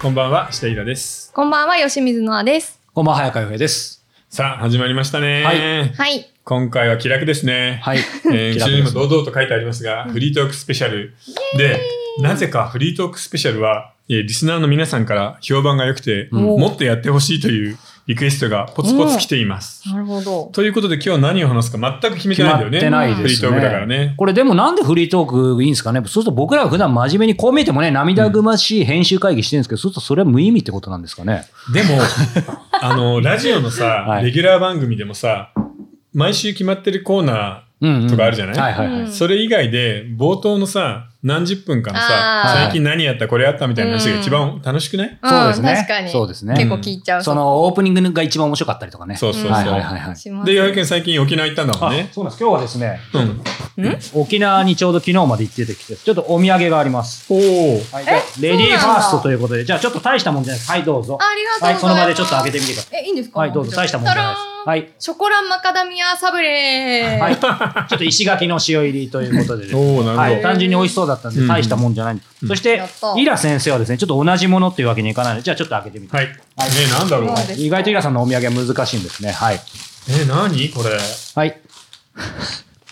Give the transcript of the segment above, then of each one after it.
こんばんは、下平です。こんばんは、吉水のあです。こんばんは、早川洋平です。さあ、始まりましたね。はいはい。今回は気楽ですね。はい。えー、 後気楽ろにでもすね堂々と書いてありますが、フリートークスペシャル。で、なぜかフリートークスペシャルは、えーリスナーの皆さんから評判が良くて、うんもっとやってほしいというリクエストがポツポツ来ています。なるほど。ということで今日は何を話すか全く決めて決ないんまだよっね。てないフでリーすトね。ークだからね。これでもなんでフリートークいいんですかねそうすると僕らは普段真面目にこう見えてもね、涙ぐましい編集会議してるんですけど、そうするとそれは無意味ってことなんですかね。で も、あの、ラジオのさ、はいレギュラー番組でもさ、毎週決まってるコーナうん、うん。とかあるじゃないはいはいはい。うー、んそれ以外で冒頭のさ、何十分かのさあ、ー最近何やった、これやったみたいな話が一番楽しくない、そうですねん確かに。そうですね結構聞いちゃう。そのオープニングが一番面白かったりとかね。そうそうそう。はいはいはいはい。しますで、ようやく最近沖縄行ったんだもんねあ。そうなんです。今日はですね、うん。沖縄にちょうど昨日まで行ってきて、ちょっとお土産があります。おお。はい、じゃあレディーファーストということで、じゃあちょっと大したもんじゃないです。はい、どうぞ。あありがとうござはいい、ます。その場でちょっと開けてみてください。え、いいんですかはい、どうぞ。大したもんじゃないです。い。はい。ショコラマカダミアサブレー。はい、ちょっと石垣の塩入りということでですね、おおなはるほい、ど。単純に美味しそうだったんうでん大したもんじゃない、うんそしてやったイラ先生はですねちょっと同じものっていうわけにいかないのでじゃあちょっと開けてみて、はい。ねえ、なんだろう。そうです意外とイラさんのお土産は難しいんですねはいえ、なにこれ。はい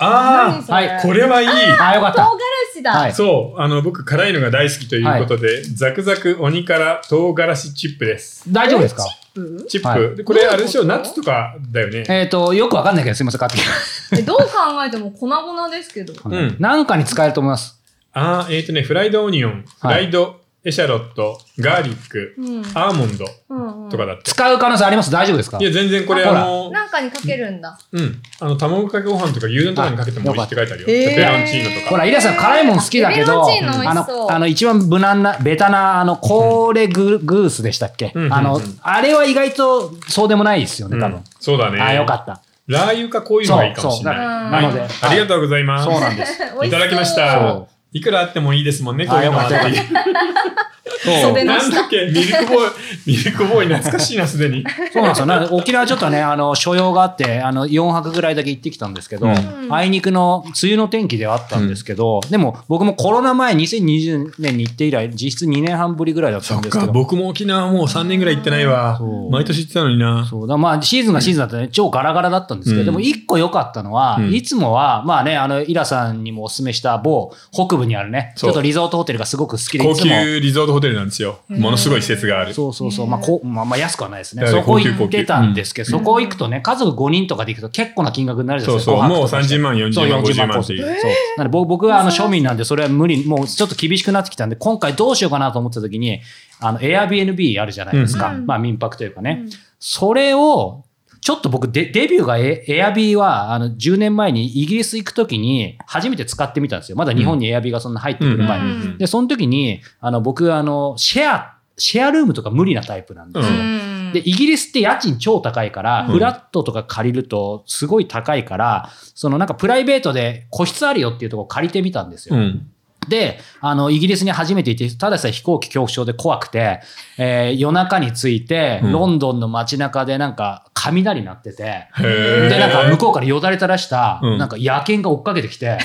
あ何そあ、れはいこれはいい。あよかっ唐た辛子だ。はいそう、あの、僕、辛いのが大好きということで、ザクザク鬼辛唐辛子チップです。大丈夫ですかうんチップ。はいでこれ、どういうことあれでしょ、ナッツとかだよね。えっ、とよくわかんないけどすいません買ってきた、えどう考えても粉々ですけど。んなんかに使えると思いますあーえっ、とね、フライドオニオン、フはいライドエシャロット、ガーリックう、ん。アーモンドうんうんとかだって。使う可能性あります大丈夫ですかいや、全然これ、ああほらの、なんかにかけるんだ。うん、あの、卵かけご飯とか牛丼とかにかけても美味しいって書いてあるよ。あよかペったペロンチーノとか。ほら、イラさん辛いもん好きだペけど、ペロンチーノ美あ味しそうの、あの、一番無難な、ベタな、あの、コーレググースでしたっけ、うんあうのんうん、あれは意外とそうでもないですよね、多う分ん。そうだね。あ、よかった。ラー油かこういうのがいいかもしれない。そうそうはいなのでありがとうございます。そうなんです。美味しそういただきましそたう。いくらあってもいいですもんね、こうあ、いうよのかっはた。よかそうったでなんだっけミルクボーイ、ミルクボーイ懐かしいな、すでに。そうなんですよ。なんで沖縄ちょっとね、あの、所用があって、あの、4泊ぐらいだけ行ってきたんですけど、うんあいにくの梅雨の天気ではあったんですけど、でも僕もコロナ前2020年に行って以来、実質2年半ぶりぐらいだったんですけど、僕も沖縄もう3年ぐらい行ってないわそう毎年行ってたのにな。そうだまあシーズンがシーズンだったらね、超ガラガラだったんですけど、うんでも一個良かったのは、うんいつもは、まあね、あの、イラさんにもお勧めした某北部にあるね、ちそうょっとリゾートホテルがすごく好きで、高いつも。級リゾートホテルなんですよ。うんものすごい施設がある。そうそうそう、まあ、こうまあ、まあ安くはないですね。だからそ高こ級行ってたんですけど、高級そこ行くとね、家族5人とかで行くと結構な金額になるじゃそないうですそう、か。ご飯もうとかして30万、そう40万、50万っていう。そう。なんで僕僕はあの庶民なんで、それは無理、もうちょっと厳しくなってきたんで、今回どうしようかなと思ってた時に、あの、Airbnb あるじゃないですか。うんまあ民泊というかね。それを、ちょっと僕デ、デビューがエエアビーは、あの、10年前にイギリス行くときに、初めて使ってみたんですよ。まだ日本にエアビーがそんな入ってくる前に。うんで、その時に、あの、僕、あの、シェア、シェアルームとか無理なタイプなんでううすよ。ん。で、イギリスって家賃超高いから、うんフラットとか借りるとすごい高いから、そのなんかプライベートで個室あるよっていうとこ借りてみたんですよ。うん。で、あの、イギリスに初めて行って、ただでさえ飛行機恐怖症で怖くて、えー夜中に着いて、うんロンドンの街中でなんか雷鳴ってて、へーで、なんか向こうからよだれ垂らした、うんなんか野犬が追っかけて きて、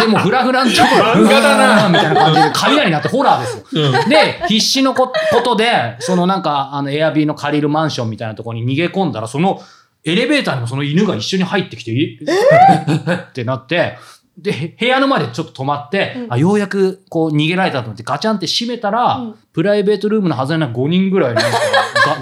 でもうフラフラのチョコが、漫画だなみたいな感じで雷鳴ってホラーですよ。うんで、必死のこことで、そのなんか、あの、エアビーの借りるマンションみたいなところに逃げ込んだら、その、エレベーターにもその犬が一緒に入ってきて、え ってなって、で、へ部屋の前でちょっと止まって、うんあ、ようやくこう逃げられたと思ってガチャンって閉めたら、うんプライベートルームのはずな5人ぐらいのなんか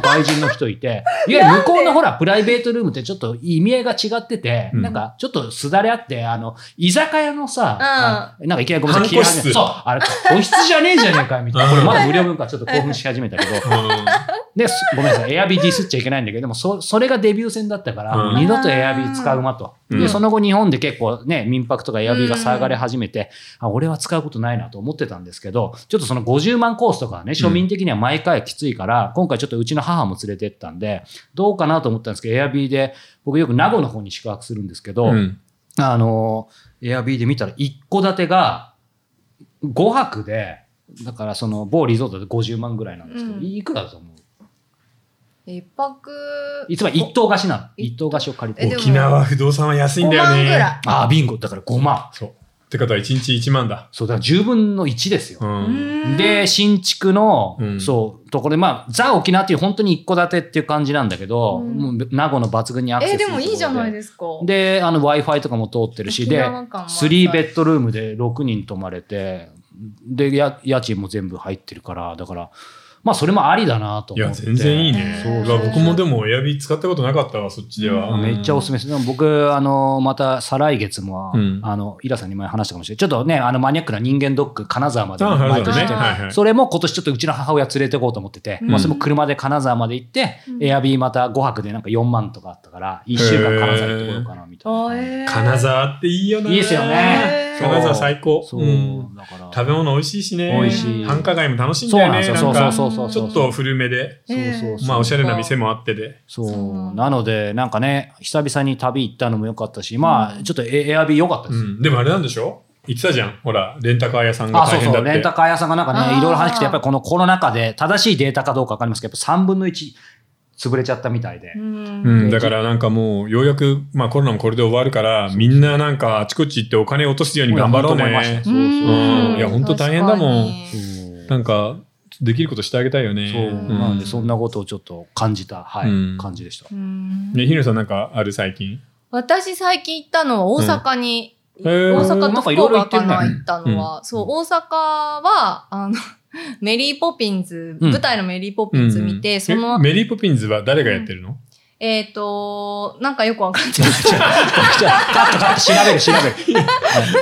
が外人の人いて、いわゆる向こうのほら、プライベートルームってちょっと意味合いが違ってて、うんなんかちょっとすだれあって、あの、居酒屋のさ、うんあなんかいきなりごめんなさい、半個室切り始めそう、あれ、個室じゃねえじゃねえか、みたいな。これまだ無料文化ちょっと興奮し始めたけ ど、で、すごめんなさい、エアビーディスっちゃいけないんだけど、でもそ、それがデビュー戦だったから、うん二度とエアビー使うまと。うんで、その後日本で結構ね、民泊とかエアビーが騒がれ始めて、あ、俺は使うことないなと思ってたんですけど、ちょっとその50万コースとかはね、庶民的には毎回きついから、今回ちょっとうちの母も連れてったんで、どうかなと思ったんですけど、エアビーで、僕よく名護の方に宿泊するんですけど、うん。あの、エアビーで見たら、一戸建てが5泊で、だからその某リゾートで50万ぐらいなんですけど、うんいくらだと思う一泊。いつも一棟貸しなの。一一棟貸しを借りえてで。も沖縄不動産は安いんだよ五万ぐねら。ああ、ビンゴ。だから5万。そう。ってことは1日1万だ。そう、だから10分の1ですよ。うん。で、新築の、うんそう、ところで、まあ、ザ・沖縄っていう本当に一戸建てっていう感じなんだけど、うんもう名護の抜群にアクセえスー、でもいいじゃないすですか。るところで。で、あの、Wi-Fi とかも通ってるし、沖で、縄感満載3ベッドルームで6人泊まれて、で、や家賃も全部入ってるから、だから、まあ、それもありだなとい思っや、て。全然いいね。そううわ僕もでも、エアビー使ったことなかったわ、そっちでは。うんめっちゃおすすめです。でも僕、あの、また再来月も、うんあの、イラさんに前話したかもしれない。ちょっとね、あの、マニアックな人間ドック、金沢まであなる毎ほど年ね。行ってはいはい。それも今年ちょっとうちの母親連れて行こうと思ってて、うんまあそれも車で金沢まで行って、うんエアビーまた5泊でなんか4万とかあったから、1週間金沢行ってこようかなみたいあな。ーえー金沢っていいよな。いいですよね。へー金沢最高。そう、うんだから。食べ物美味しいしね。美味しい繁華街も楽しいんそうだよなんでね。すなよ。そんうそうか、そうそちう。ょっと古めで、えーそうそうそうまあ、おしゃれな店もあってで。そう。なので、なんかね、久々に旅行ったのも良かったし、まあ、ちょっとエエアビー良かったうです。ん。でもあれなんでしょ言ってたじゃん。ほら、レンタカー屋さんがあ、そ大う変だそっう。レンてタ。カー屋さんがなんかあーね、いろいろ話して、やっぱりこのコロナ禍で正しいデータかどうかわかりますけど、やっぱ3分の1潰れちゃったみたいでう。んうん、だからなんかもう、ようやく、まあコロナもこれで終わるから、みんななんかあちこち行ってお金落とすように頑張ろういや本当思いまねし。たそううんいやほんと大変だもん確かになんか、できることしてあげたいよね。そう、んなんでそんなことをちょっと感じた、はい、うん感じでした。うんね、ひろさんなんかある最近。私最近行ったのは大阪に、うんへー大阪と福岡かななんかいろいろ行ってんだね行ったのは、そう、大阪は、あの、 メリーポピンズ、うん舞台のメリーポピンズ見て、うんそえの、メリーポピンズは誰がやってるの、えっ、と、なんかよくわかんない。じゃあカットカット調べる調べる。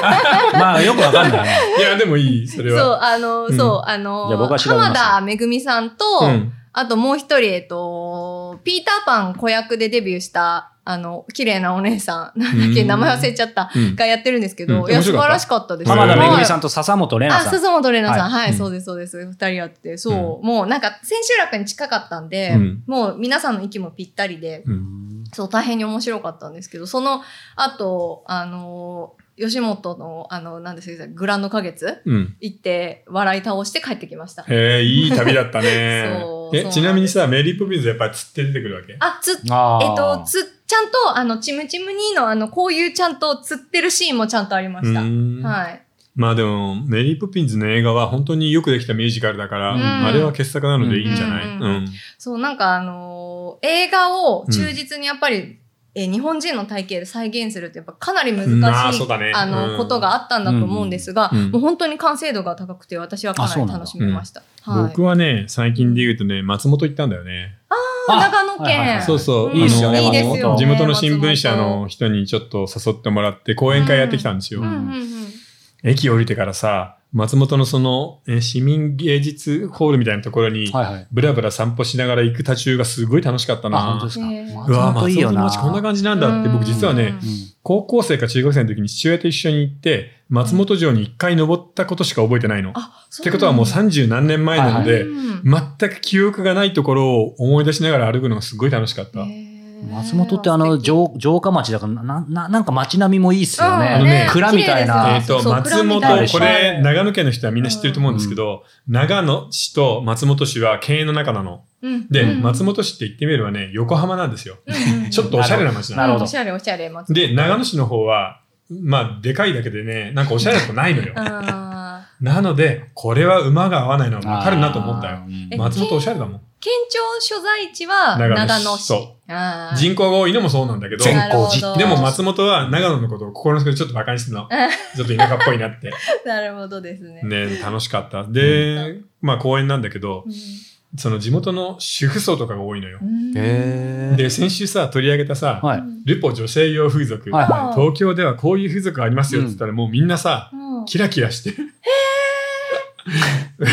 はいまあよくわかんないね。いや、でもいい、それそうは。、あの、うんそう、あの、じゃあ僕は調べます浜田めぐみさんと、ん。あともう一人、えっと、ピーターパン子役でデビューした、あの、綺麗なお姉さん、なんだっ け、うん名前忘れちゃった、うんがやってるんですけうど、んいや、面白素かった晴らしかったです。浜田めぐみん。さんと笹本玲あ、奈さん。笹本玲奈さん。いはい、うんそうです、そうです。二人やって、そう、もうなんか、千秋楽に近かったんで、うんもう皆さんの息もぴったりで、うんそう、大変に面白かったんですけど、その後、あの、吉本の、あの、なんですか、グランド花月うん。行って、笑い倒して帰ってきました。へえ、いい旅だったねそうそうなんえ、ですちなみにさ、メリーポピンズやっぱ釣って出てくるわけあ、つっあーえっと、つ、ちゃんと、あの、チムチムにの、あの、こういうちゃんと釣ってるシーンもちゃんとありました。うーんはい。まあでも、メリーポピンズの映画は本当によくできたミュージカルだから、うんあれは傑作なのでいいんじゃない、ううんんそう、なんかあのー映画を忠実にやっぱり、えー日本人の体型で再現するってやっぱかなり難しい、うんあーあそうだねうんの、ことがあったんだと思うんですが、うんうんもう本当に完成度が高くて私はかなり楽しみました。はい。僕はね、最近で言うとね、松本行ったんだよね。あ長野県はいはいはいそうそう。うんあのいいっすよね地元松本地元の新聞社の人にちょっと誘ってもらって、講演会やってきたんですよ。うんうんうん。駅降りてからさ、松本のその、え市民芸術ホールみたいなところに、はいはい。ブラブラ散歩しながら行く途中がすごい楽しかったあ、本当なで。すか。へーうわ、松本松いいよ本のな。街こんな感じなんだって、うん僕実はね、高校生か中学生の時に父親と一緒に行って、松本城に一回登ったことしか覚えてないの。っあ、そてことはもう三十何年前なので、うん全く記憶がないところを思い出しながら歩くのがすごい楽しかった。うへーん松本ってあの城城下町だからなななんか街並みもいいっすようんあのねね。蔵みたあいえ綺麗なでっ、すと、そう松本蔵みたいな、これ、長野県の人はみんな知ってると思うんですけど、長野市と松本市は県営の中なの。うんで、うん松本市って言ってみればね、横浜なんですよ。うんう んちょっとおしゃれな街ななの。るほどおしゃれおしゃれ、松で、長野市の方は、まあ、でかいだけでね、なんかおしゃれなとこないのよ。あなので、これは馬が合わないのはわかるなと思ったよ。うんえ松本おしゃれだもん。ー県庁所在地は長野市長野市。そあー人口が多いのもそうなんだけど、全なるほど人口でも松本は長野のことを心の底でちょっと馬鹿にしてる の。ちょっと田舎っぽいなって。なるほどですね。ね、楽しかった。で、まあ公園なんだけど、その地元の主婦層とかが多いのよう。んへーで、先週さ、取り上げたさ、はうい。んルポ女性用風俗、はいは東京ではこういう風俗ありますよって言ったら、もうみんなさ、うんキラキラ して。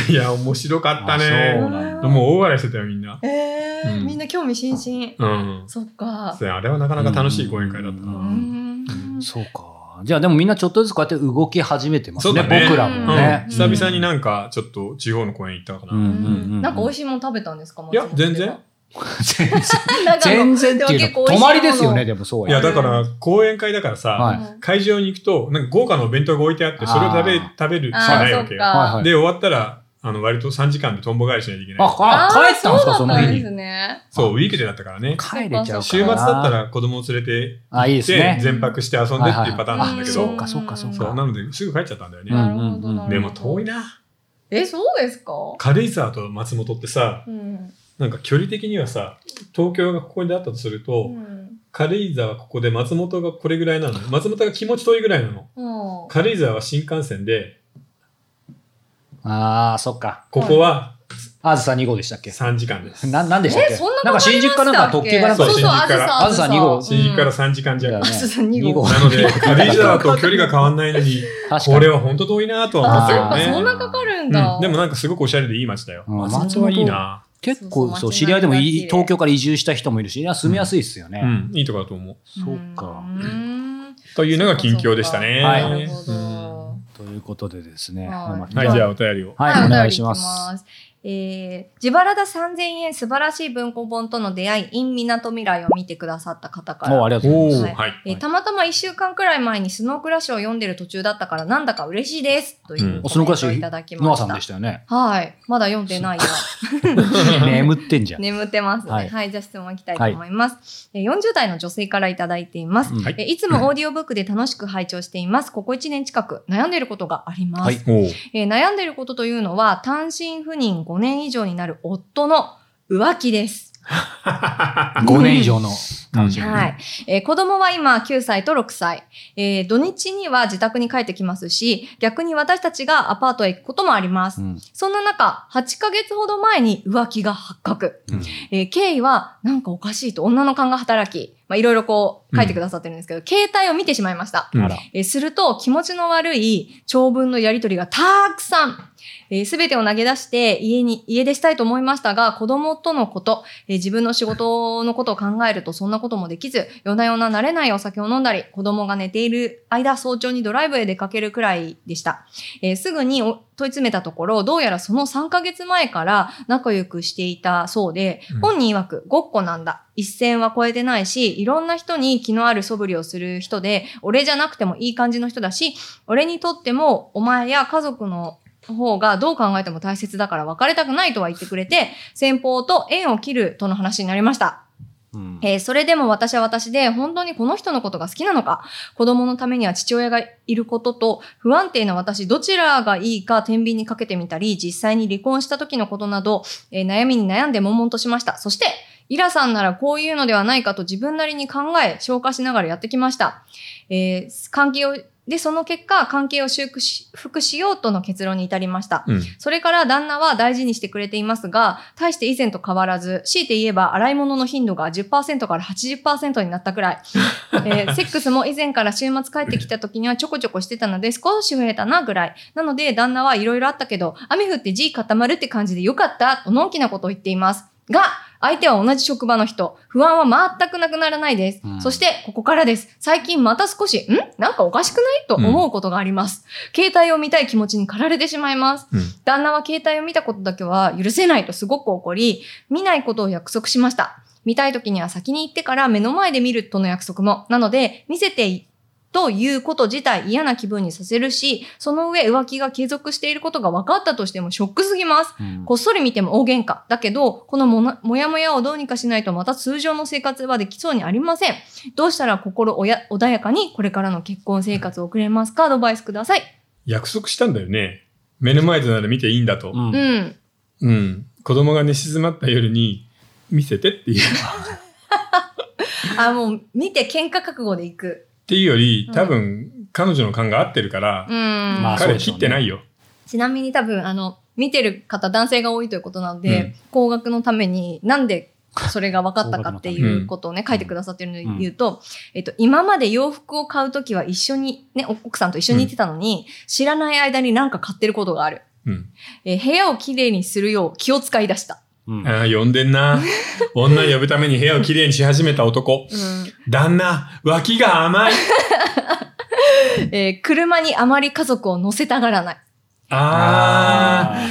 いや、面白かったあね。そうなんだもう大笑いしてたよ、みんな。えーうんみんな興味津々。うん。そっかそ。うあれはなかなか楽しい講演会だったうな。うんそうか。じゃあでもみんなちょっとずつこうやって動き始めてますね、そうだね僕らもうんね。ん久々になんかちょっと地方の公園行ったかな。うんうんうんうんなんか美味しいもの食べたんですか松いや本、では全然。全然。長野全然っていうか、泊まりですよね、。でもそういや。や、だから講演会だからさ、はい会場に行くと、なんか豪華なお弁当が置いてあって、それを食べあー食べるしあかあないー、わそけっよ。はいはか。いで、終わったら、ああの、割と3時間でとんぼ返りしないといけない。あ、あ帰ったんですか、そそうのだった日んでにす。ね。そう、ウィークでだったからね。帰れちゃうからな週末だったら子供を連れてあ、いいですでね。全泊して遊んでっていうパターンなんだけど、はいそうか、そうか、そうそうか。なのですぐ帰っちゃったんだようんね、なるほどなるほどでも遠いなえ、そうですか軽井沢と松本ってさうん。なんか距離的にはさ東京がここにあったとすると、うん。軽井沢ここで松本がこれぐらいなの松本が気持ち遠いぐらいなのうん軽井沢は新幹線でああ、そっか。ここはあずさ2号でしたっけ3時間です、な、なんでしたっけえ、そんななんか新宿かなんか特急かなんかでそしうたっけそ新宿かう、あずらさ。あずさ二号新宿から3時間じゃ、だよねあずさ2号。なので 軽井沢と距離が変わわんないのに確かに。これは本当遠いなとは思あ、っそたけっか、どそねんなかかるんだ。うんでもなんかすごくおしゃれでいい街だよ、うん松本はいいな結構、そそうそうう、街知り合いでもい街い、東京から移住した人もいるし、いや住みやすいですようね。んいいとこだと思うそうか。ん。というのが近況でしたね。はいなるほど。うんということでですはね。いまあはい、じゃあお便りを。はい、お願いしまお便りいす。きえー自腹だ3000円素晴らしい文庫本との出会い in みなとみらいを見てくださった方から。もうありがとうごおざいお、まははいい、えーたまたま1週間くらい前にスノークラッシュを読んでる途中だったからなんだか嬉しいですといううんコメントをいただきす。ノまアした。さんでしたよね。はい。まだ読んでないよ。眠ってんじゃん。眠ってますね。は、はいいじゃあ質問いきたいと思います。えー40代の女性からいただいています。うんはいえーいつもオーディオブックで楽しく拝聴しています。ここ1年近く悩んでいることがあります。はいおお、えー悩んでいることというのは、単身赴任5年以上になる夫の浮気です。 5年以上の単身。はい。えー子供は今9歳と6歳。えー土日には自宅に帰ってきますし、逆に私たちがアパートへ行くこともあります。うんそんな中、8ヶ月ほど前に浮気が発覚。うんえー経緯は、なんかおかしいと女の勘が働き、まあ、いろいろこう書いてくださってるんですけど、携帯を見てしまいました。うんあら。えーすると、気持ちの悪い長文のやりとりがたくさん。えー、全てを投げ出して家に、家出したいと思いましたが、子供とのこと、えー自分の仕事のことを考えるとそんなこともできず、夜な夜な慣れないお酒を飲んだり、子供が寝ている間、早朝にドライブへ出かけるくらいでした。えーすぐにお問い詰めたところ、どうやらその3ヶ月前から仲良くしていたそうでうん、本人曰くごっこなんだ。一線は越えてないし、いろんな人に気のある素振りをする人で、俺じゃなくてもいい感じの人だし、俺にとってもお前や家族の方がどう考えても大切だから別れたくないとは言ってくれて、先方と縁を切るとの話になりました。うんえーそれでも私は私で本当にこの人のことが好きなのか、子供のためには父親がいることと不安定な私どちらがいいか天秤にかけてみたり、実際に離婚した時のことなど、えー悩みに悩んで悶々としました。そして、イラさんならこういうのではないかと自分なりに考え、消化しながらやってきました。えー関係を、で、その結果、関係を修復し修復しようとの結論に至りました。うん、それから旦那は大事にしてくれていますが、大して以前と変わらず、強いて言えば洗い物の頻度が10%から80%になったくらい。えーセックスも以前から週末帰ってきた時にはちょこちょこしてたので、少し増えたなぐらい。なので、旦那はいろいろあったけど、雨降って G 固まるって感じでよかった、とのんきなことを言っています。が、相手は同じ職場の人。不安は全くなくならないです。うんそして、ここからです。最近また少し、んなんかおかしくないと思うことがあります。携帯を見たい気持ちに駆られてしまいます。旦那は携帯を見たことだけは許せないとすごく怒り、見ないことを約束しました。見たい時には先に行ってから目の前で見るとの約束も。なので、見せていということ自体嫌な気分にさせるし、その上浮気が継続していることが分かったとしてもショックすぎます。うんこっそり見ても大喧嘩。だけど、このもなもやもやをどうにかしないとまた通常の生活はできそうにありません。どうしたら心おや穏やかにこれからの結婚生活を送れますかアドバイスください。約束したんだよね。目の前でなら見ていいんだと。うんうん。うん、子供が寝静まった夜に見せてっていう。っあ、もう見て喧嘩覚悟で行く。ていうより、多分彼女の感が合ってるからう、んまあそう彼でし切ょうねってないよ。ちなみに多分あの見てる方男性が多いということなのうでん高額のためになんでそれが分かったかっていうことをね書いてくださってるので言うと、えっと、今まで洋服を買うときは一緒に、ね、奥さんと一緒に行ってたのに、知らない間になんか買ってることがある、うん。えー部屋をきれいにするよう気を使い出した、うんああ、呼んでんな。女呼ぶために部屋をきれいにし始めた男。旦那、脇が甘い。えー車にあまり家族を乗せたがらないああ、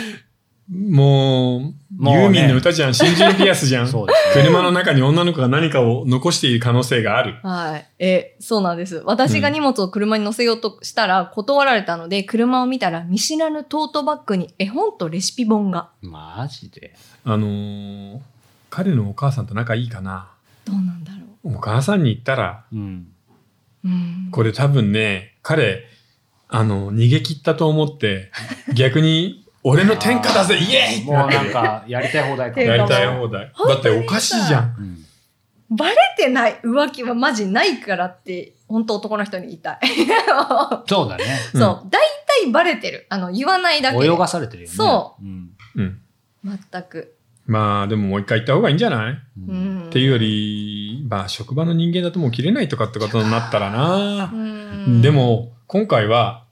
もう、もうねユーミンの歌じゃん、新人ピアスじゃん。そうですね。車の中に女の子が何かを残している可能性がある。はい。え、そうなんです。私が荷物を車に乗せようとしたら断られたので、車を見たら見知らぬトートバッグに絵本とレシピ本が。マジで。あのー彼のお母さんと仲いいかな。どうなんだろお母さんに言ったら、うん。う。うん。これ多分ね、彼、あの、逃げ切ったと思って、逆に、俺の天下だぜ、イエーイってもうなってなんるか、やりたい放題かもやりたい放題。だっておかしいじゃん。うんバレてない浮気はマジないからって、本当男の人に言いたい。そうだね。 そう。大体バレてる。あの、言わないだけで。泳がされてるよね。。そうん。うん。全く。まあ、でももう一回行った方がいいんじゃない、ううんっん。ていうより、まあ、職場の人間だともう切れないとかってことになったらなう。ん。で、も、今回は、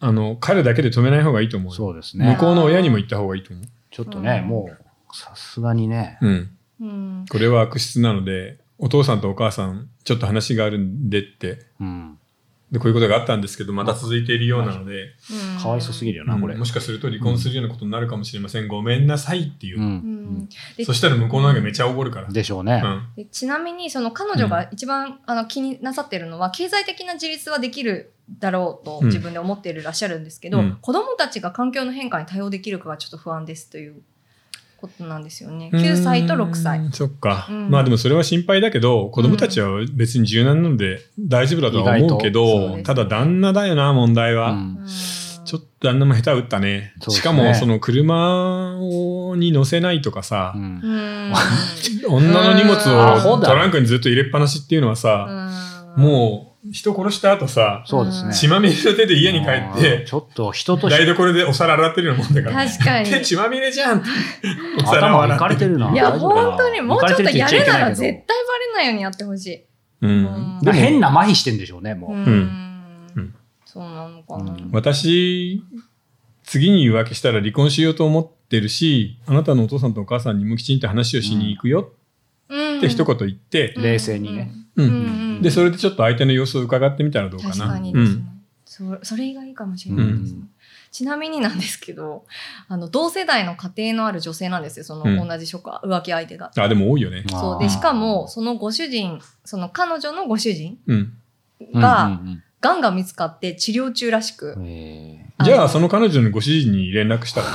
あの、彼だけで止めない方がいいと思うよ。そうです向ね。こうの親にも言った方がいいと思ちょっとね、うんもう、さすがにね。う。うん。うん。これは悪質なので、お父さんとお母さん、ちょっと話があるんでって、うん。でこういうことがあったんですけど、また続いているようなので、かわいそうすぎるような、んこれ。もしかすると離婚するようなことになるかもしれません、ごめんなさいっていうう、うんん。。でそしたら向こうの方がめちゃおごるから、でしょうね。うんでちなみにその彼女が一番、あの気になさってるのは経済的な自立はできるだろうとうん自分で思っているらっしゃるんですけど、うん子どもたちが環境の変化に対応できるかがちょっと不安ですということなんですよね。9歳と6う歳。んそっか、うんまあでもそれは心配だけど子供たちは別に柔軟なので大丈夫だとは思うけ意外とそうど、ですただ旦那だよな問題は、うんちょっと旦那も下手打ったねそうですねしかもその車をに乗せないとかさ、うんうん女の荷物あほをだトランクにずっと入れっぱなしっていうのはさ、もう人殺した後さそうですね。血まみれの手で家に帰っうんてちょっと人とし台所でお皿洗ってるようなもんだうかんら、ね、確かに。手血まみれじゃんってお皿を頭洗いかれっててるな。いや大丈夫かな本当にもうちょっとやるなら絶対バレないようにやってほしい。うんでなんもか変な麻痺してんでしょうね、もう。ううんんそうなのかな。うん私次に浮気したら離婚しようと思ってるしあなたのお父さんとお母さんにもきちんと話をしに行くようんって一言言って、冷静にね。うんうんうんでそれでちょっと相手の様子を伺ってみたらどうかな確かにうですねん、そそれがいいかもしれないですね、うんちなみになんですけどあの同世代の家庭のある女性なんですよその、うん同じ職浮気相手が。あでも多いよねそうでしかもそのご主人その彼女のご主人うんががんが見つかって治療中らしく、じゃのあその彼女のご主人に連絡したら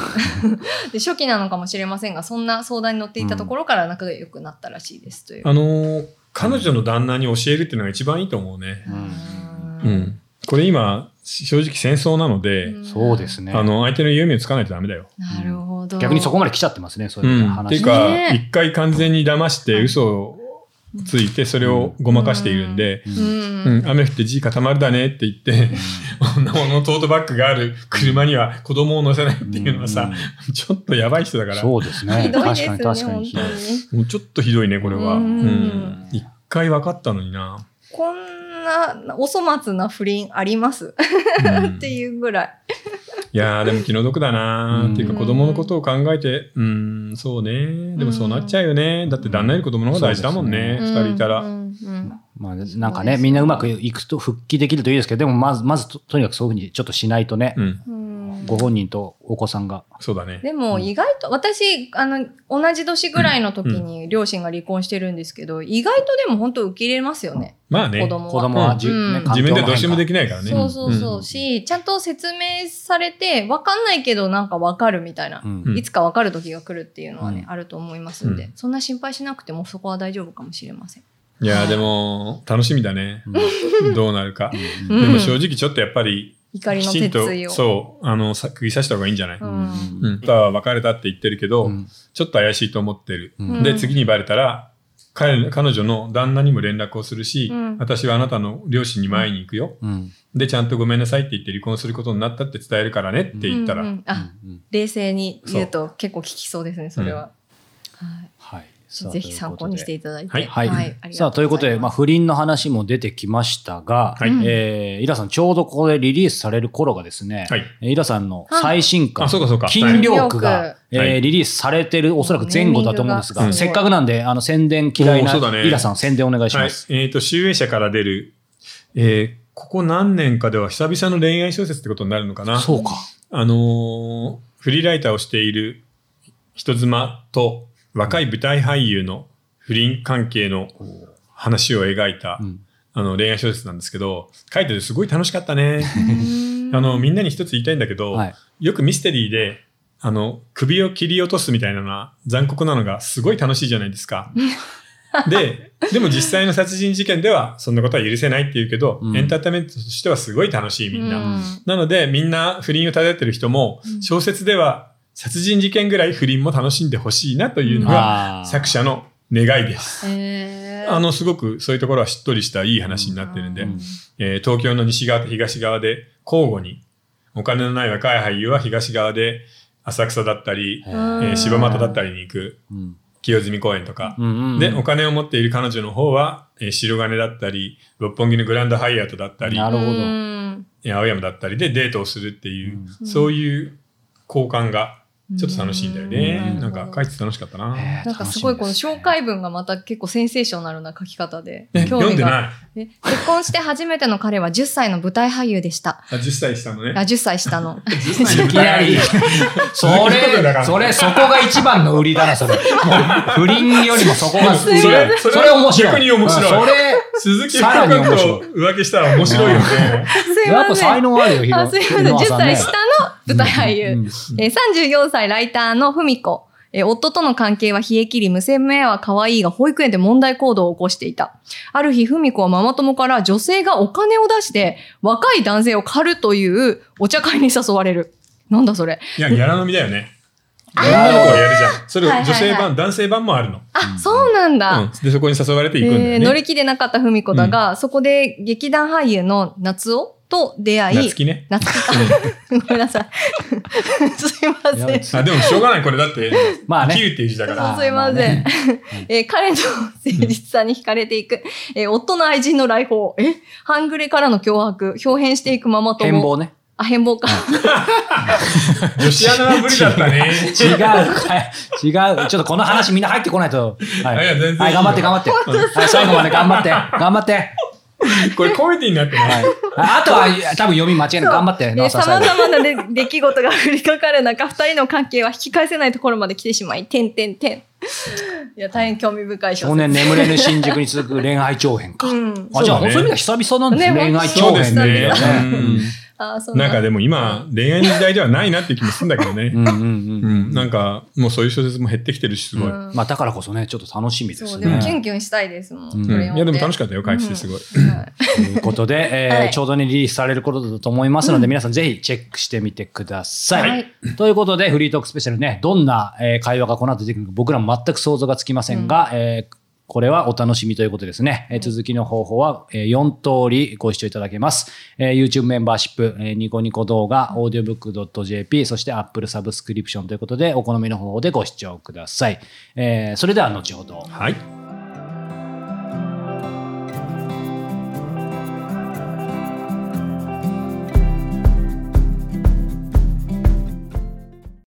で初期なのかもしれませんがそんな相談に乗っていたところから仲が良くなったらしいですという。あのー彼女の旦那に教えるっていうのが一番いいと思うね、うんこれ今正直戦争なので、んそうですね。あの相手の夢をつかないとダメだよなるほど逆にそこまで来ちゃってますね、そうう、いうんっていう。話か、ねえ一回完全に騙して嘘をついてそれをごまかしているんで、ううんうんん雨降って地固まるだねって言って、女のトートバッグがある車には子供を乗せない っていうのはさ、ちょっとやばい人だから、もそうですね。 ひどいですよね確かに確か本に。当に。うちょっとひどいね、これは。ううんん一回分かったのにな。こんなお粗末な不倫あります、うんっていうぐらい。いやーでも気の毒だなうんっていうか子供のことを考えてうんそうねでもそうなっちゃうよねだって旦那より子供の方が大事だもんね二二人いたらまあ、なんかそうでね、すみんなうまくいくと復帰できるといいですけど、でもまず、まずととにかくそういうふうにちょっとしないとねう、んご本人とお子さんが。そうだねでも意外と、私、あの、同じ年ぐらいの時に両親が離婚してるんですけど、意外とでも本当受け入れますよね、まあね子供は。子供はじうんね環境の自分変化でどうしてもできないからねそうそうそう、んし、ちゃんと説明されて、わかんないけどなんかわかるみたいな、うんうんいつかわかる時が来るっていうのはね、うんあると思いますんで、うんそんな心配しなくてもそこは大丈夫かもしれません。いやーでも楽しみだねどうなるかうんでも正直ちょっとやっぱり怒きりのちん鉄と槌を。そうあのさ釘刺した方がいいんじゃない、ううんんあとは別れたって言ってるけど、うんちょっと怪しいと思ってる、うんで次にバレたら彼彼女の旦那にも連絡をするし、うん私はあなたの両親に前に行くよ、うんでちゃんとごめんなさいって言って離婚することになったって伝えるからねって言ったら、うんうんあ、うん冷静に言うと結構効きそうですね、それは。はいはい。さあぜひ参考にしていただいて。はいはいあ りがさあ、ということで、まあ、あ、不倫の話も出てきましたが、はいえーイラさん、ちょうどここでリリースされる頃がですね、はいえーイラさんの最新刊、あそうかそうか金は領い区が、えーはいリリースされてる、おそらく前後だと思うんですネーミングが、がせっかくなんで、あの、宣伝嫌いおーなそうだねイラさん、宣伝お願いしはいます。えー、と集英社から出る、えーここ何年かでは久々の恋愛小説ってことになるのかなそうか。あのーフリーライターをしている人妻と若い舞台俳優の不倫関係の話を描いた、うんあの恋愛小説なんですけど、書いててすごい楽しかった ね。ああの、みんなに一つ言いたいんだけど、はいよくミステリーで、あの、首を切り落とすみたいなのは残酷なのがすごい楽しいじゃないです か。で、でも実際の殺人事件ではそんなことは許せないって言うけど、うんエンターテインメントとしてはすごい楽しいみんな。なのでみんな不倫を漂ってる人もうん小説では殺人事件ぐらい不倫も楽しんでほしいなというのがあー作者の願いです。えーあの、すごくそういうところはしっとりしたいい話になってるんで、うんえー東京の西側と東側で交互にお金のない若い俳優は東側で浅草だったり、へえうんー柴又だったりに行くうん清澄公園とか、うんうんうんでお金を持っている彼女の方は、えー白金だったり六本木のグランドハイアートだったりなるほどうんえー青山だったりでデートをするっていう、うんそういう交換がちょっと楽しいんだよね、うんなんか書いてて楽しかったな、へーなんかすごいこの楽しみですね紹介文がまた結構センセーショナルな書き方でえ、興読ん味でが。ないえ結婚して初めての彼は10歳の舞台俳優でした。あ10歳したの あ、ね10歳下の。 10いきなり。それ、それ、そこが一番の売りだな、それ。もう、不倫よりもそこが、それそれそれ面白い。逆に面白いうんそれ、鈴木さら福に面君白いと浮気したら面白いよ ねすいやっまぱせ才ん。能あるよ、あすいません。10歳下の舞台俳優。優。えー34歳ライターの文子。えー夫との関係は冷え切り、娘は可愛いが保育園で問題行動を起こしていた。ある日、文子はママ友から女性がお金を出して若い男性を狩るというお茶会に誘われる。なんだそれ。いや、ギャラ飲みだよね。あー女の子がやるじゃん。それをはいはい女はい性版、男性版もあるの。あ、そうなんだ。うん。で、そこに誘われていくんだえー乗よね。り切れなかった文子だが、そこで劇団俳優の夏夫と出会い、夏希ね。夏希ごめんなさい。すい ません。いやあ、でもしょうがない、これだって、まあ生きね。るっていう字だかそら。うすいません。まあねえー彼の誠実さに惹かれていく、えー夫の愛人の来訪、え半グレからの脅迫、表変していくママ友。変貌ね。あ、変貌か。女子アナは無理だったね。 違う、はい違う。ちょっとこの話みんな入ってこないと。はいや全然いいよはい、頑張って、頑張って。はい、最後まで頑張って。頑張って。これコメディになってはないい。ああとは、多分読み間違いない。頑張って、なおさんさ最ま後。ざまなで 出来事が降りかかる中、二人の関係は引き返せないところまで来てしまい、てんてんてん。いや、大変興味深い小少説。年眠れぬ新宿に続く恋愛長編か。うん。あ、じゃあ、そうねそういう意味では久々なんですね。ね恋愛そう長で編すね。ねうんあ、そうなんだかでも今、恋愛の時代ではないなっていう気もするんだけどうね。んうんううんん。なんか、もうそういう小説も減ってきてるし、すごい。うんまあ、だからこそね、ちょっと楽しみでそすう、でもキュね。ンキュンしたいですもん。うんうんいや、でも楽しくかったよ、書いてて、すごい。ということで、えー はいちょうどにリリースされることだと思いますので、皆さんぜひチェックしてみてください。はいということで、フリートークスペシャルね、どんな、えー会話がこの後出てくるか僕らも全く想像がつきませんが、えーこれはお楽しみということですね。えー続きの方法は、えー4通りご視聴いただけます。えー YouTube メンバーシップ、えーニコニコ動画、audiobook.jp、そして Apple サブスクリプションということで、お好みの方法でご視聴ください。えーそれでは後ほど。はい。